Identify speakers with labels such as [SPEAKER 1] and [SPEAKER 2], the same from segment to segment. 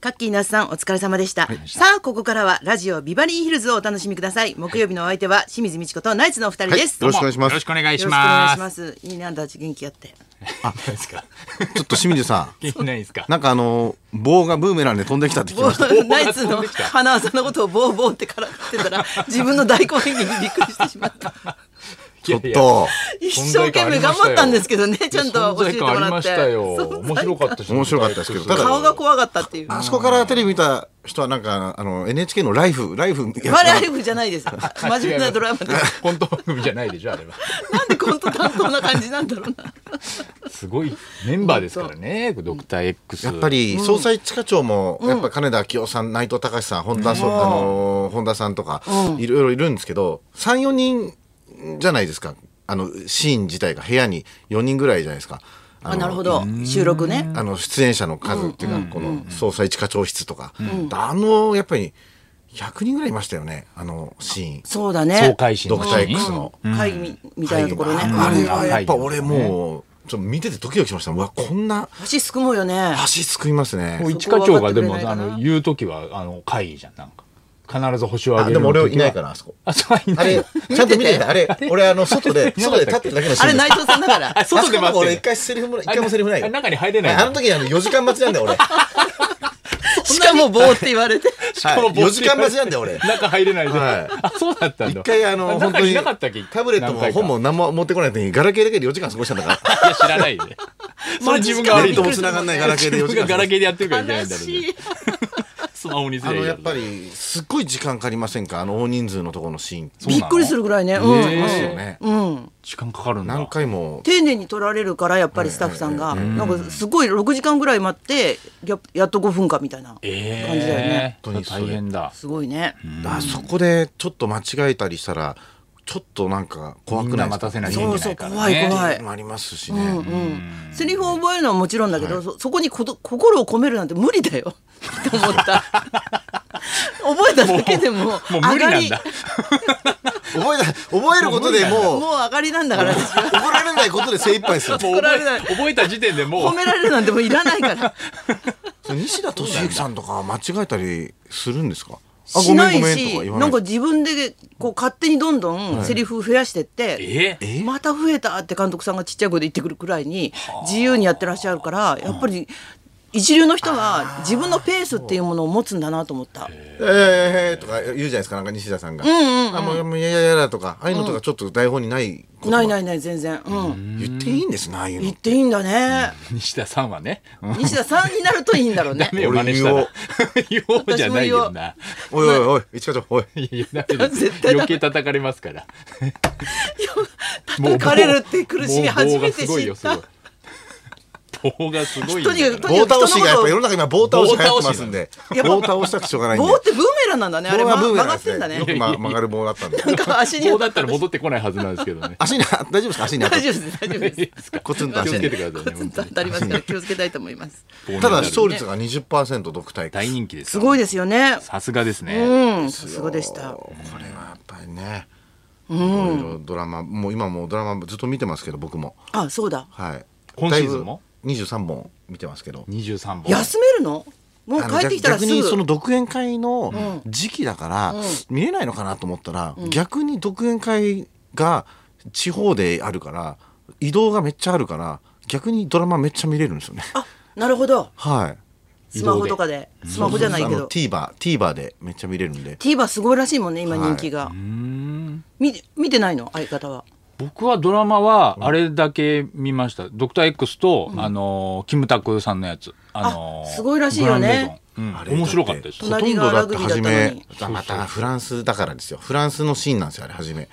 [SPEAKER 1] カッキーなすさんお疲れ様でした、
[SPEAKER 2] はい
[SPEAKER 1] さあここからはラジオビバリーヒルズをお楽しみください木曜日のお相手は清水美智子とナイツのお二人
[SPEAKER 2] はい、
[SPEAKER 1] で
[SPEAKER 2] よろ
[SPEAKER 1] す、
[SPEAKER 2] しくお願いしま
[SPEAKER 3] よろ
[SPEAKER 2] す
[SPEAKER 3] し。くお願いし
[SPEAKER 1] よろくお願
[SPEAKER 3] ま
[SPEAKER 1] い
[SPEAKER 3] す。
[SPEAKER 1] しますいいねあんたたち元気やって
[SPEAKER 3] あ、何ですか。
[SPEAKER 2] ちょっと清水さ
[SPEAKER 3] 元気ないですか
[SPEAKER 2] ん、。なんかあの棒がブーメランで飛んできたって聞き
[SPEAKER 1] ボ
[SPEAKER 2] ました。
[SPEAKER 1] ーナイツの花輪さんのことをボーボーってからかってたら自分の大好演技にびっくりしてしまった
[SPEAKER 2] ちょっ
[SPEAKER 3] いやいや
[SPEAKER 2] と
[SPEAKER 1] 一生懸命頑張ったんですけどねちゃんと教えても
[SPEAKER 3] 存在感あり
[SPEAKER 1] らっ
[SPEAKER 3] ま
[SPEAKER 1] て
[SPEAKER 3] したよ。
[SPEAKER 1] そう
[SPEAKER 3] 面白かったし。
[SPEAKER 2] 面白かったですけどただ
[SPEAKER 1] 顔が怖かったっていう
[SPEAKER 2] あそこからテレビ見た人はなんかあの NHK のライフライフ
[SPEAKER 1] まあライフじゃないです真面目なドラマで
[SPEAKER 3] です。コント番組じゃないでしょあれは。
[SPEAKER 1] なんでコント担当な感じなんだろうな
[SPEAKER 3] すごいメンバーですからね。ドクター X。
[SPEAKER 2] やっぱ。り総裁一課長もやっぱ金田明夫さん内藤隆さん本田そうあの本田さんとかいろいろいるんですけど34人じゃないですかあのシーン自体が部屋に4人ぐらいじゃないですか。あ
[SPEAKER 1] あ
[SPEAKER 2] の
[SPEAKER 1] なるほど収録ね
[SPEAKER 2] あの出演者の数っていうか、この捜査一課長室とか、あのやっぱり100人ぐらいいましたよねあのシーン
[SPEAKER 1] そうだね
[SPEAKER 3] 総会心
[SPEAKER 2] ド
[SPEAKER 3] の
[SPEAKER 2] ク
[SPEAKER 3] シ
[SPEAKER 2] ター
[SPEAKER 3] ーン
[SPEAKER 2] X の
[SPEAKER 1] 会議みみたいなところね
[SPEAKER 2] 会議あれ
[SPEAKER 1] うん
[SPEAKER 2] はやっぱ俺もうちょっと見ててドキドキしましたうわこんな
[SPEAKER 1] 足すくもよね
[SPEAKER 2] 足すくいますね
[SPEAKER 3] もう一課長がでも
[SPEAKER 1] そこは分かってくれないか
[SPEAKER 3] あ
[SPEAKER 1] な
[SPEAKER 3] の言うときはあの会議じゃんなんか必ず星を
[SPEAKER 2] あ
[SPEAKER 3] 挙げる。
[SPEAKER 2] でも俺いないから。あそこ
[SPEAKER 3] あ、そうい
[SPEAKER 2] あ
[SPEAKER 3] ない
[SPEAKER 2] れ
[SPEAKER 3] の。
[SPEAKER 2] ちゃんと見てたあ れ俺あの外で
[SPEAKER 3] 見な
[SPEAKER 2] 外
[SPEAKER 3] かったっ
[SPEAKER 2] で立って
[SPEAKER 3] け
[SPEAKER 2] るだけのシ
[SPEAKER 1] あ
[SPEAKER 2] ー
[SPEAKER 1] れ
[SPEAKER 2] ンで
[SPEAKER 1] 内
[SPEAKER 2] す
[SPEAKER 1] 藤さんだから
[SPEAKER 3] あ外で
[SPEAKER 2] あそこも
[SPEAKER 3] 待っ
[SPEAKER 2] 俺
[SPEAKER 3] て
[SPEAKER 2] 一
[SPEAKER 3] る。
[SPEAKER 2] 回セリフも一回もセリフない
[SPEAKER 3] あ中に入れないの
[SPEAKER 2] あの時あの4時間待ちなんだよ俺
[SPEAKER 1] しかも棒って言われて
[SPEAKER 3] しかも
[SPEAKER 2] はい4時間待ちなんだよ俺
[SPEAKER 3] 中入れないで。
[SPEAKER 2] はい
[SPEAKER 3] あ、そうだったんだ。
[SPEAKER 2] 一回あの本
[SPEAKER 3] 中
[SPEAKER 2] 当
[SPEAKER 3] にい
[SPEAKER 2] に
[SPEAKER 3] なかったっけ。
[SPEAKER 2] タブレットも
[SPEAKER 3] 何回か
[SPEAKER 2] 本も何も持ってこない時にガラケーだけで4時間過ごしたんだから
[SPEAKER 3] いや知らないよね。それ自分が悪
[SPEAKER 2] 誰
[SPEAKER 3] い
[SPEAKER 2] と
[SPEAKER 3] と思
[SPEAKER 2] も
[SPEAKER 3] う。
[SPEAKER 2] 繋がんないガラケーで4
[SPEAKER 3] 自
[SPEAKER 2] 時
[SPEAKER 3] 分
[SPEAKER 2] 間
[SPEAKER 3] がガラケーでやってるからいけない
[SPEAKER 1] 悲
[SPEAKER 3] んだろう
[SPEAKER 1] し
[SPEAKER 3] ね。
[SPEAKER 1] い
[SPEAKER 3] スマホにす
[SPEAKER 2] あ
[SPEAKER 3] りゃい
[SPEAKER 2] の
[SPEAKER 3] い
[SPEAKER 2] や
[SPEAKER 3] だ
[SPEAKER 2] っ
[SPEAKER 3] ろう
[SPEAKER 2] ぱりすっごい時間かかりませんかあの大人数のところのシーン
[SPEAKER 3] そう
[SPEAKER 1] び
[SPEAKER 3] な
[SPEAKER 1] っ
[SPEAKER 3] の
[SPEAKER 1] くりするぐらいねう
[SPEAKER 3] へえ
[SPEAKER 1] ん
[SPEAKER 2] ですよね
[SPEAKER 1] うん
[SPEAKER 3] 時間かかるんだ。
[SPEAKER 2] 何回も
[SPEAKER 1] 丁寧に撮られるからやっぱりスタッフさんがなんかすごい6時間ぐらい待ってややっと5分かみたいな感じだよね
[SPEAKER 3] えー
[SPEAKER 2] 感じだよね
[SPEAKER 3] 大変だ。
[SPEAKER 1] すごいね
[SPEAKER 2] あそこでちょっと間違えたりしたらちょっとなんか怖
[SPEAKER 3] み
[SPEAKER 2] く
[SPEAKER 3] ん
[SPEAKER 2] な
[SPEAKER 3] ない待たせないとい
[SPEAKER 1] そう
[SPEAKER 3] け
[SPEAKER 1] そ
[SPEAKER 3] な
[SPEAKER 1] う怖
[SPEAKER 3] いから
[SPEAKER 1] い
[SPEAKER 3] ね。
[SPEAKER 1] 怖
[SPEAKER 2] はいいもありますし
[SPEAKER 1] う
[SPEAKER 2] ね、
[SPEAKER 1] んうんセリフを覚えるのはもちろんだけど、そそこにこと心を込めるなんて無理だよ って思った覚えただけでもも
[SPEAKER 3] もう無理なん
[SPEAKER 1] 上が
[SPEAKER 3] だ。
[SPEAKER 2] 覚えた覚えることで
[SPEAKER 1] り
[SPEAKER 2] もう
[SPEAKER 1] もう上がりなんだから私は
[SPEAKER 2] 怒られないことで精一杯 ですよ
[SPEAKER 3] もう
[SPEAKER 1] 怒られな
[SPEAKER 3] 覚
[SPEAKER 1] い
[SPEAKER 3] え覚えた時点でも
[SPEAKER 1] 褒
[SPEAKER 3] う
[SPEAKER 1] められるなんて もういらないから
[SPEAKER 2] それ西田敏行さんとか間違えたりするんですかあ
[SPEAKER 1] しない
[SPEAKER 2] とか
[SPEAKER 1] し
[SPEAKER 2] 言
[SPEAKER 1] な
[SPEAKER 2] わない
[SPEAKER 1] んか自分でこう勝手にどんどんセリフ増やしてって、
[SPEAKER 3] えー
[SPEAKER 2] え
[SPEAKER 1] また増えたって監督さんがちっちゃい声で言ってくるくらいに自由にやってらっしゃるからやっぱり一流の人は自分のペースっていうものを持つんだなと思った。
[SPEAKER 2] えー、とか言うじゃないですかなんか西田さんが「あもうもういやいやいやだ」とかああいうのとかちょっと台本にないこと
[SPEAKER 1] ないないいない全然、うん、
[SPEAKER 2] 言っていいんですねああいうの
[SPEAKER 1] 言っていいんだね。
[SPEAKER 3] 西田さんはね。うん
[SPEAKER 1] 西田さんになるといいんだろうね
[SPEAKER 3] ダ。メよ真似したら。言おうじゃないよな。
[SPEAKER 2] おいおいおい一課長おい
[SPEAKER 3] いやいやダメです
[SPEAKER 1] 絶対ダメ
[SPEAKER 3] 余計叩かれますから。
[SPEAKER 1] 叩かれるって苦しみ初めて
[SPEAKER 3] もう
[SPEAKER 1] 知
[SPEAKER 3] 棒がすごいよ
[SPEAKER 1] っ
[SPEAKER 3] すご
[SPEAKER 1] た
[SPEAKER 3] い。棒がすごいよ。
[SPEAKER 1] とにかくと
[SPEAKER 2] 棒倒しがやっぱ世の中今棒倒しが流行ってますんで
[SPEAKER 1] やっぱ
[SPEAKER 2] 棒倒したくてしょうがないんで
[SPEAKER 1] 棒ってブーメランなんだねあれ
[SPEAKER 2] 棒
[SPEAKER 1] ま
[SPEAKER 2] はブ
[SPEAKER 1] 曲
[SPEAKER 2] ーメラン
[SPEAKER 1] が
[SPEAKER 2] で
[SPEAKER 1] ってんだね
[SPEAKER 2] すねよく、ま、曲がる棒だった んで。
[SPEAKER 1] なんか足に
[SPEAKER 3] 棒だったら戻ってこないはずなんですけどね
[SPEAKER 2] 足にあ大丈夫ですか足に当たっ
[SPEAKER 1] 大丈夫
[SPEAKER 2] て
[SPEAKER 1] です大丈夫です
[SPEAKER 3] いいですか
[SPEAKER 2] コツンと
[SPEAKER 3] 気
[SPEAKER 2] 足
[SPEAKER 3] をつ
[SPEAKER 2] に
[SPEAKER 3] けてくださいね
[SPEAKER 1] ず
[SPEAKER 3] 本
[SPEAKER 1] っと
[SPEAKER 3] 当
[SPEAKER 1] 当
[SPEAKER 3] に。
[SPEAKER 1] たりますから気をつけたいと思います
[SPEAKER 2] ただ視聴率が20%独体
[SPEAKER 3] 大人気です。
[SPEAKER 1] すごいですよね
[SPEAKER 3] さすがですね。
[SPEAKER 1] うんさすがでした
[SPEAKER 2] これはやっぱりねいろいろドラマもう今もうドラマずっと見てますけど僕も
[SPEAKER 1] あそうだ
[SPEAKER 2] はい
[SPEAKER 3] 今シーズンも
[SPEAKER 2] だいぶ23本見てますけど
[SPEAKER 3] 二十三本。
[SPEAKER 1] 休めるのもう
[SPEAKER 2] あの
[SPEAKER 1] 帰ってきたらす
[SPEAKER 2] 逆にその
[SPEAKER 1] ぐ
[SPEAKER 2] 独演会の時期だから、見れないのかなと思ったら、逆に独演会が地方であるから移動がめっちゃあるから逆にドラマめっちゃ見れるんですよね。
[SPEAKER 1] あなるほど
[SPEAKER 2] はい。
[SPEAKER 1] スマホとかでスマホじゃないけ
[SPEAKER 2] あの
[SPEAKER 1] ど
[SPEAKER 2] TVer TVer でめっちゃ見れるんで。
[SPEAKER 1] TVer すごいらしいもんね今
[SPEAKER 2] はい
[SPEAKER 1] 人気が見て見てないの相方は
[SPEAKER 3] 僕はドラマはあれだけ見ました。ドクター X と、あのーキムタクさんのやつ。あのー
[SPEAKER 1] あすごいらしいよね
[SPEAKER 3] グ
[SPEAKER 2] あ
[SPEAKER 3] ランデゾンう
[SPEAKER 2] れ
[SPEAKER 3] ん面白かったです。
[SPEAKER 2] ほとんどだって初め
[SPEAKER 1] 隣
[SPEAKER 2] またフランスだからですよフランスのシーンなんですよあれ初め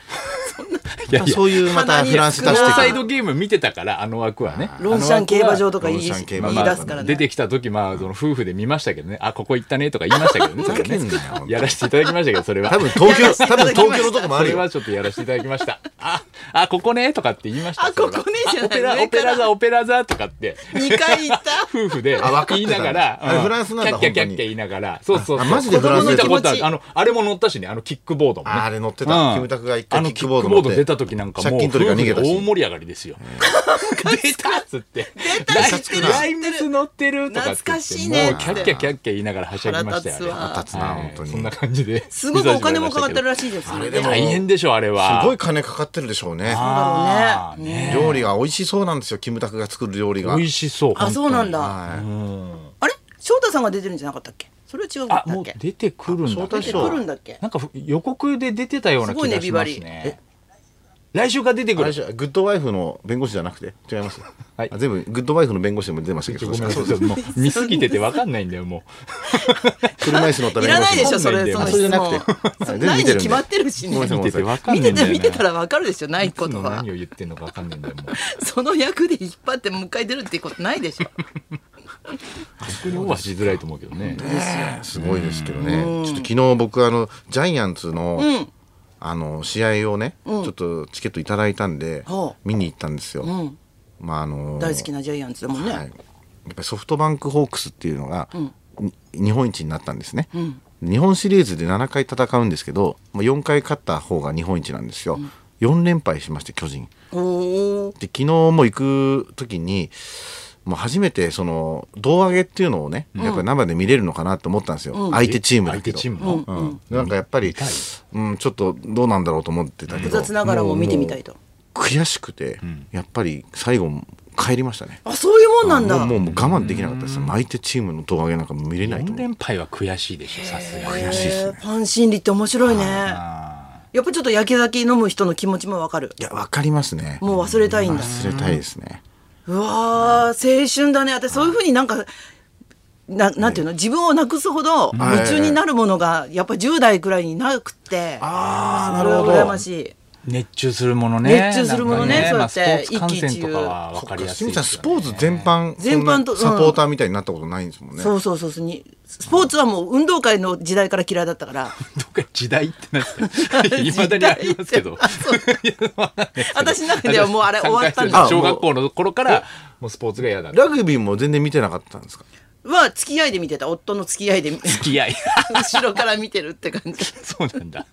[SPEAKER 3] いやいや
[SPEAKER 2] そういうまたフランス出
[SPEAKER 3] ノ
[SPEAKER 2] し
[SPEAKER 3] ー
[SPEAKER 2] て
[SPEAKER 3] サ
[SPEAKER 2] く
[SPEAKER 3] イ
[SPEAKER 2] る
[SPEAKER 3] ドゲーム見てたからあの枠はね。
[SPEAKER 1] ロンシャン競馬場とか言い
[SPEAKER 2] ロンシャン競
[SPEAKER 1] 言
[SPEAKER 2] 馬
[SPEAKER 1] い
[SPEAKER 2] 場
[SPEAKER 1] 出すから
[SPEAKER 3] 出
[SPEAKER 1] ね
[SPEAKER 3] てきた時まあその夫婦で見ましたけどねあここ行ったねとか言いました けどねそれはね
[SPEAKER 2] ふざけんなよ
[SPEAKER 3] やらせていただきましたけどそれは
[SPEAKER 2] 多分東京多分東京のとこも
[SPEAKER 3] そ
[SPEAKER 2] ある
[SPEAKER 3] れ
[SPEAKER 2] よ
[SPEAKER 3] はちょっとやらせていただきましたああ、ここねとかって言いました。
[SPEAKER 1] あここねじゃない上
[SPEAKER 3] オペラ、オ
[SPEAKER 1] か
[SPEAKER 3] ペ
[SPEAKER 1] ら
[SPEAKER 3] ラ座、オペラ座とかって。
[SPEAKER 1] 2回行った
[SPEAKER 3] 夫婦で
[SPEAKER 2] あ分かってた
[SPEAKER 3] 言いながら、
[SPEAKER 2] あれフランスなんだ
[SPEAKER 3] キャッキャキャッ
[SPEAKER 2] 本当
[SPEAKER 3] キャ
[SPEAKER 2] に
[SPEAKER 3] 言いながら、そうそうそう。
[SPEAKER 2] あマジでフランス
[SPEAKER 3] 見たことあ
[SPEAKER 1] 子供の気持ち
[SPEAKER 3] る。あの、あれも乗ったしね、あのキックボードもね。
[SPEAKER 2] あーあれ乗って
[SPEAKER 3] うん
[SPEAKER 2] た。キムタクが一
[SPEAKER 3] あ
[SPEAKER 2] 回
[SPEAKER 3] の
[SPEAKER 2] キッ
[SPEAKER 3] キ
[SPEAKER 2] ク
[SPEAKER 3] ッ
[SPEAKER 2] ボー
[SPEAKER 3] ク
[SPEAKER 2] ド乗
[SPEAKER 3] ボー
[SPEAKER 2] っ
[SPEAKER 3] ド
[SPEAKER 2] て。
[SPEAKER 3] 出た時なんかもう、
[SPEAKER 2] 借金取りが逃げたし
[SPEAKER 3] 夫婦で大盛り上がりですよ。出たっつって。
[SPEAKER 1] 出たっつって
[SPEAKER 3] ライライムス乗ってるとかって言
[SPEAKER 1] 懐
[SPEAKER 3] って。
[SPEAKER 1] かしいね
[SPEAKER 3] もうキャッキャキャッキャ言いながらはしゃぎましたよ、ね。
[SPEAKER 1] 腹
[SPEAKER 2] 立つわ
[SPEAKER 3] はい
[SPEAKER 2] 腹立つな本当に
[SPEAKER 3] そんな感じで。
[SPEAKER 1] すごくお金もかかってるらしいですよね
[SPEAKER 2] あれでも
[SPEAKER 3] 大変でしょ、あれは。
[SPEAKER 2] すごい金かかってるでしょうね。
[SPEAKER 1] そうだろ
[SPEAKER 3] あー。
[SPEAKER 1] うね
[SPEAKER 3] ね
[SPEAKER 2] 料理が美味しそうなんですよ。キムタクが作る料理が。
[SPEAKER 3] 美味しそう。
[SPEAKER 1] あそうなんだ、
[SPEAKER 2] はい
[SPEAKER 1] あれ翔太さんが出てるんじゃなかったっけそれは違うんだ
[SPEAKER 3] あ
[SPEAKER 1] っ、
[SPEAKER 3] もう
[SPEAKER 1] け
[SPEAKER 3] 出てくるんだ。
[SPEAKER 2] 招待
[SPEAKER 1] 出て
[SPEAKER 2] 状
[SPEAKER 1] くるんだっけ
[SPEAKER 3] なんかふ予告で出てたような気がします
[SPEAKER 1] すごいね
[SPEAKER 3] ね。来週から出てく
[SPEAKER 2] あ
[SPEAKER 3] る
[SPEAKER 2] れ。じゃグッドワイフの弁護士じゃなくて違います。
[SPEAKER 3] はい
[SPEAKER 2] あ全部グッドワイフの弁護士でも出てましたけ
[SPEAKER 3] ご
[SPEAKER 2] ど。
[SPEAKER 3] めんなさ
[SPEAKER 2] そう
[SPEAKER 3] い、
[SPEAKER 2] です
[SPEAKER 3] ちょっともう見すぎててわかんないんだよ、も
[SPEAKER 2] 車椅子乗った
[SPEAKER 1] い
[SPEAKER 2] 弁護士。
[SPEAKER 1] らないでしょそれ
[SPEAKER 3] 本
[SPEAKER 1] その
[SPEAKER 3] 来
[SPEAKER 2] で言
[SPEAKER 1] 質
[SPEAKER 2] えば
[SPEAKER 1] 問
[SPEAKER 2] あそれじゃなくてはい全部
[SPEAKER 1] ないに
[SPEAKER 2] 見てるんで
[SPEAKER 1] 決まってるしね
[SPEAKER 2] ごめんなさ
[SPEAKER 3] う。
[SPEAKER 2] い
[SPEAKER 3] 見ててわかん
[SPEAKER 1] 見
[SPEAKER 3] な
[SPEAKER 1] て
[SPEAKER 3] いんだ
[SPEAKER 1] て
[SPEAKER 3] よ、ね。
[SPEAKER 1] 見てたらわかるでしょないこ
[SPEAKER 3] いつ
[SPEAKER 1] と
[SPEAKER 3] の
[SPEAKER 1] は
[SPEAKER 3] 何を言ってんのかわかんないんだよ、も う。
[SPEAKER 1] その役で引っ張ってもう一回出るっていうことないでしょ
[SPEAKER 3] 確認オーバーしづらいと思うけどね。
[SPEAKER 2] ねすごいですけどね。ちょっと昨日僕あのジャイアンツの、
[SPEAKER 1] ん
[SPEAKER 2] あの試合をね、ちょっとチケットいただいたんで、
[SPEAKER 1] ほ
[SPEAKER 2] 見に行ったんですよ。
[SPEAKER 1] うん
[SPEAKER 2] まああの
[SPEAKER 1] 大好きなジャイアンツだもん
[SPEAKER 2] はい、や
[SPEAKER 1] ね
[SPEAKER 2] っぱりソフトバンクホークスっていうのが、に日本一になったんですね、
[SPEAKER 1] ん
[SPEAKER 2] 日本シリーズで7回戦うんですけどまあ4回勝った方が日本一なんですよ、4連敗しまして巨人
[SPEAKER 1] おおー
[SPEAKER 2] で昨日も行く時にもう初めてその胴上げっていうのをね、やっぱり生で見れるのかなと思ったんですよ、相手チームだ
[SPEAKER 3] 相
[SPEAKER 2] け
[SPEAKER 3] 手
[SPEAKER 2] ど
[SPEAKER 3] チームの。
[SPEAKER 2] うんなんかやっぱり、うん、ちょっとどうなんだろうと思ってたけ
[SPEAKER 1] 複
[SPEAKER 2] ど
[SPEAKER 1] 雑ながらも見てみたいと
[SPEAKER 2] 悔しくて、やっぱり最後帰りましたね
[SPEAKER 1] あそういうもんなんだ
[SPEAKER 2] もうもう我慢できなかったです相手チームの胴上げなんか見れないと
[SPEAKER 3] 4
[SPEAKER 2] 思う
[SPEAKER 3] 連敗は悔しいでしょ、さすがに。
[SPEAKER 2] 悔しいです
[SPEAKER 1] え
[SPEAKER 2] ね
[SPEAKER 1] ーファン心理って面白いね
[SPEAKER 3] あ
[SPEAKER 1] やっぱちょっと焼き酒飲む人の気持ちもわかる
[SPEAKER 2] いやわかりますね
[SPEAKER 1] もう忘れたいんだ
[SPEAKER 2] 忘れたいですね
[SPEAKER 1] うわー青春だね私そういうふうになんかななんていうの自分をなくすほど夢中になるものがやっぱ10代くらいになくって
[SPEAKER 2] あ
[SPEAKER 1] それは羨ましい
[SPEAKER 3] ー熱中するものね。
[SPEAKER 1] 熱中するものね
[SPEAKER 3] なんか
[SPEAKER 1] そうやって
[SPEAKER 3] まあスポーツ観戦とかはわかりやすい
[SPEAKER 2] 清
[SPEAKER 3] で
[SPEAKER 2] 水
[SPEAKER 3] す
[SPEAKER 2] さ
[SPEAKER 3] よ
[SPEAKER 2] ん
[SPEAKER 3] ね。
[SPEAKER 2] スポーツ全般
[SPEAKER 1] 全般と
[SPEAKER 2] そんなサポーターみたいになったことないんですもんね
[SPEAKER 1] そうそうそうそうにスポーツはもう運動会の時代から嫌いだったから
[SPEAKER 3] どっか時代ってなって、いまだにありますけ ど。
[SPEAKER 1] 私の中ではもうあれ終わったん
[SPEAKER 2] だ
[SPEAKER 3] 小学校の頃から、もうスポーツが嫌だ。
[SPEAKER 2] ラグビーも全然見てなかったんですか
[SPEAKER 1] は付き合いで見てた夫の付き合いで
[SPEAKER 3] 付き合い。
[SPEAKER 1] 後ろから見てるって感じ
[SPEAKER 3] そうなんだ。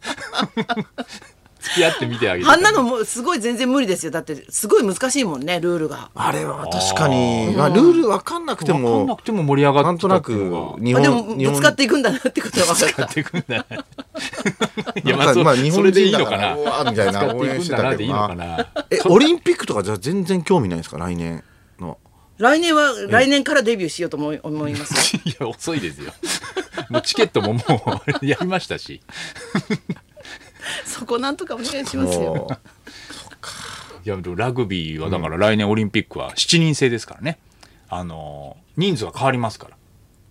[SPEAKER 3] 付き合ってみてあげて。
[SPEAKER 1] あんなのもうすごい全然無理ですよだってすごい難しいもんねルールが
[SPEAKER 2] あれは確かにまあルールわかんなくて
[SPEAKER 3] でも、わかんな
[SPEAKER 2] も
[SPEAKER 3] くても盛り上がって
[SPEAKER 2] なんとなく
[SPEAKER 1] あ
[SPEAKER 2] 日本
[SPEAKER 1] でも
[SPEAKER 2] 日
[SPEAKER 1] ぶ
[SPEAKER 2] 本
[SPEAKER 1] つかっていくんだなってことは分か
[SPEAKER 3] や
[SPEAKER 1] っ
[SPEAKER 3] ったていくんだ。い
[SPEAKER 2] な
[SPEAKER 3] や、
[SPEAKER 2] ん
[SPEAKER 3] まあ、
[SPEAKER 2] か
[SPEAKER 3] そ
[SPEAKER 2] まあ
[SPEAKER 3] そ
[SPEAKER 2] 日
[SPEAKER 3] れ
[SPEAKER 2] 本
[SPEAKER 3] で
[SPEAKER 2] 人
[SPEAKER 3] いいの
[SPEAKER 2] だ
[SPEAKER 3] か
[SPEAKER 2] か
[SPEAKER 3] な
[SPEAKER 2] ら。うわーみたい
[SPEAKER 3] 使っ
[SPEAKER 2] な
[SPEAKER 3] て
[SPEAKER 2] 応
[SPEAKER 3] い
[SPEAKER 2] 援
[SPEAKER 3] く
[SPEAKER 2] し
[SPEAKER 3] ん
[SPEAKER 2] て
[SPEAKER 3] だな
[SPEAKER 2] た
[SPEAKER 3] で
[SPEAKER 2] け
[SPEAKER 3] いい
[SPEAKER 2] ど
[SPEAKER 3] のか
[SPEAKER 2] な
[SPEAKER 3] な。
[SPEAKER 2] えオリンピックとかじゃ全然興味ないですか来年の
[SPEAKER 1] 来年は来年からデビューしようと思い思います
[SPEAKER 3] いや、遅いですよ。 もうチケットももうやりましたし。
[SPEAKER 1] そこなんとかお願いしますよ
[SPEAKER 2] もう
[SPEAKER 3] いや、でもラグビーはだから来年オリンピックは7人制ですからね。あのー、人数が変わりますから。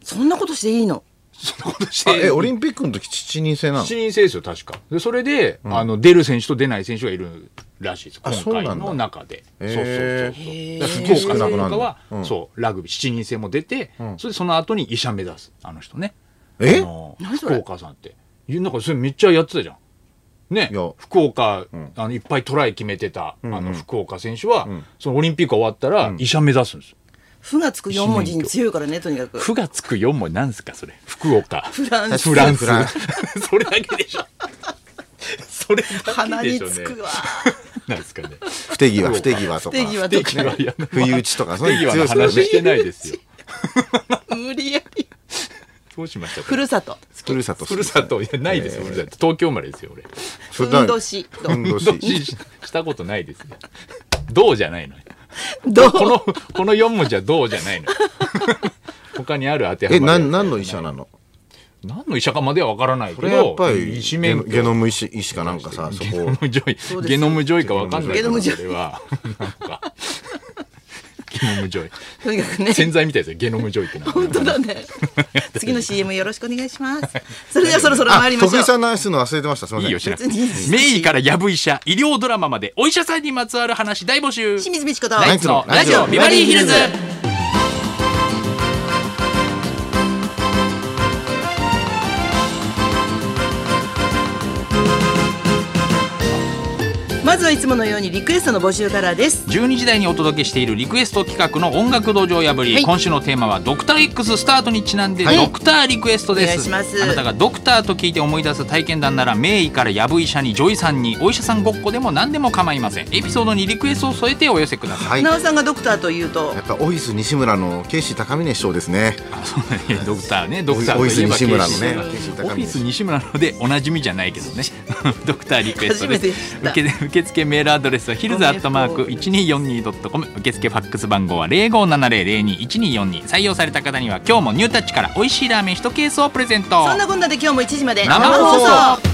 [SPEAKER 1] そんなことしていいの
[SPEAKER 3] そんなことし
[SPEAKER 2] あ
[SPEAKER 3] て。
[SPEAKER 2] えオリンピックの時7人制なの
[SPEAKER 3] 7人制ですよ、確か。で、それで、あの、出る選手と出ない選手がいるらしいです。
[SPEAKER 2] あ
[SPEAKER 3] 今
[SPEAKER 2] そうな
[SPEAKER 3] 回
[SPEAKER 2] んだ
[SPEAKER 3] の中で。そうそう
[SPEAKER 2] へーだ
[SPEAKER 3] そうそう。
[SPEAKER 2] からすげえ
[SPEAKER 3] 福
[SPEAKER 2] 少
[SPEAKER 3] 岡
[SPEAKER 2] な
[SPEAKER 3] と
[SPEAKER 2] くなる
[SPEAKER 3] かは、
[SPEAKER 2] うん
[SPEAKER 3] そう、ラグビー7人制も出て、
[SPEAKER 2] ん
[SPEAKER 3] それでその後に医者目指す、あの人ね。
[SPEAKER 2] え
[SPEAKER 3] あの
[SPEAKER 1] 何そ
[SPEAKER 3] 福
[SPEAKER 1] れ
[SPEAKER 3] 岡さんって。いやなんかそれめっちゃやってたじゃん。ね
[SPEAKER 2] いや、
[SPEAKER 3] 福岡、あのいっぱいトライ決めてた、
[SPEAKER 2] んうん
[SPEAKER 3] あの福岡選手は、
[SPEAKER 2] ん
[SPEAKER 3] そのオリンピック終わったら、医者目指すんですよ。
[SPEAKER 1] 負がつく4文字に強いからねとにかく
[SPEAKER 3] ふがつく4もなんですか、それ。福岡。フ
[SPEAKER 1] ランス
[SPEAKER 3] フラン
[SPEAKER 2] フ
[SPEAKER 3] ス
[SPEAKER 2] ラン。
[SPEAKER 3] それだけでしょ。それだけでしょ、ね。
[SPEAKER 1] 鼻につくわ
[SPEAKER 3] なんですかね。
[SPEAKER 2] 不手際不手際とか
[SPEAKER 1] 不手際
[SPEAKER 3] 不手際やな
[SPEAKER 2] 不意打ちとか
[SPEAKER 3] 不手際の
[SPEAKER 2] そういう強いです
[SPEAKER 3] 話
[SPEAKER 2] よね
[SPEAKER 3] してないですよ。
[SPEAKER 1] 無理やり
[SPEAKER 3] どうしましたか
[SPEAKER 1] ふるさと
[SPEAKER 2] ふるさと
[SPEAKER 3] ふるさと、いや、ないですよ、ふるさと。東京生まれですよ、俺。
[SPEAKER 2] ふ
[SPEAKER 1] ふんどしど
[SPEAKER 2] 運動
[SPEAKER 3] どっ
[SPEAKER 2] し
[SPEAKER 3] ちしたことないですよ。どうじゃないのよ。
[SPEAKER 1] どう
[SPEAKER 3] この、この4文字はどうじゃないのよ。 他にある当てはま
[SPEAKER 2] え
[SPEAKER 3] るや
[SPEAKER 2] な
[SPEAKER 3] つ
[SPEAKER 2] ん何の医者なの
[SPEAKER 3] 何の医者かまではわからないけ
[SPEAKER 2] こ
[SPEAKER 3] ど、
[SPEAKER 2] れやっぱり
[SPEAKER 3] 医師
[SPEAKER 2] ゲ
[SPEAKER 3] 免
[SPEAKER 2] ノ
[SPEAKER 3] 許
[SPEAKER 2] ゲノム医師医師かなんかさそ
[SPEAKER 3] ゲ
[SPEAKER 2] こ
[SPEAKER 3] ノムジ
[SPEAKER 1] そ
[SPEAKER 3] ョ
[SPEAKER 1] う
[SPEAKER 3] イ。
[SPEAKER 1] です
[SPEAKER 3] ゲノムジョイかわかんない
[SPEAKER 1] ゲ
[SPEAKER 3] け
[SPEAKER 1] ノ
[SPEAKER 3] ど、
[SPEAKER 1] ムジョイ
[SPEAKER 3] それは。 なんか。ゲノムジョイ。
[SPEAKER 1] とにかくね
[SPEAKER 3] 洗剤みたいですよ、ゲノムジョイってのは
[SPEAKER 1] 本当だね次の CM よろしくお願いしますそれではそろそろ
[SPEAKER 2] あ
[SPEAKER 1] 参りまし
[SPEAKER 2] 徳井
[SPEAKER 1] ょ
[SPEAKER 2] さ
[SPEAKER 1] うん
[SPEAKER 2] の話するの忘れてましたすみません
[SPEAKER 3] いいよ、しなくて
[SPEAKER 1] 別にいいです
[SPEAKER 3] 名医からやぶ医者、医療ドラマまで、お医者さんにまつわる話大募集。
[SPEAKER 1] 清水美智子と
[SPEAKER 2] ナ
[SPEAKER 3] ナ
[SPEAKER 2] イ
[SPEAKER 3] イ
[SPEAKER 2] ツ
[SPEAKER 3] ツ
[SPEAKER 2] の
[SPEAKER 3] の
[SPEAKER 2] ラ
[SPEAKER 3] ラ
[SPEAKER 2] ジ
[SPEAKER 3] ジ
[SPEAKER 2] オ
[SPEAKER 3] オ
[SPEAKER 2] ビ
[SPEAKER 3] ビ
[SPEAKER 2] バ
[SPEAKER 3] バ
[SPEAKER 2] リ
[SPEAKER 3] リ
[SPEAKER 2] ー
[SPEAKER 3] ー
[SPEAKER 2] ヒ
[SPEAKER 3] ヒ
[SPEAKER 2] ル
[SPEAKER 3] ル
[SPEAKER 2] ズ
[SPEAKER 3] ズ。
[SPEAKER 1] ままずはいつものようにリクエストの募集からです
[SPEAKER 3] 12時台にお届けしているリクエスト企画の音楽道場破り、
[SPEAKER 1] はい
[SPEAKER 3] 今週のテーマはドクター X スタートにちなんで、
[SPEAKER 1] はい
[SPEAKER 3] ドクターリクエストで
[SPEAKER 1] お願い
[SPEAKER 3] す
[SPEAKER 1] します
[SPEAKER 3] あなたがドクターと聞いて思い出す体験談なら名医からヤブ医者に女医さんにお医者さんごっこでも何でも構いませんエピソードにリクエストを添えてお寄せください
[SPEAKER 2] はい。や
[SPEAKER 1] なおさんがドクターというと
[SPEAKER 2] っぱオフィス西村のケイシー高峰師匠ですね。
[SPEAKER 3] あそうだね ドクターねドクター
[SPEAKER 2] オ
[SPEAKER 3] と
[SPEAKER 2] フィス
[SPEAKER 3] いえば
[SPEAKER 2] 西村のね
[SPEAKER 3] オフ
[SPEAKER 2] ケイシー高
[SPEAKER 3] ィ
[SPEAKER 2] 峰
[SPEAKER 3] ス西村のでおなじみじゃないけどね ドクターリクエスト
[SPEAKER 1] 初めて
[SPEAKER 3] で
[SPEAKER 1] 知
[SPEAKER 3] す
[SPEAKER 1] った
[SPEAKER 3] 受け受付メールアドレスはヒルズアットマーク 1242.com 受付ファックス番号は0570021242採用された方には今日もニュータッチから美味しいラーメン1ケースをプレゼント
[SPEAKER 1] そんなこんなで今日も1時まで
[SPEAKER 3] 生放送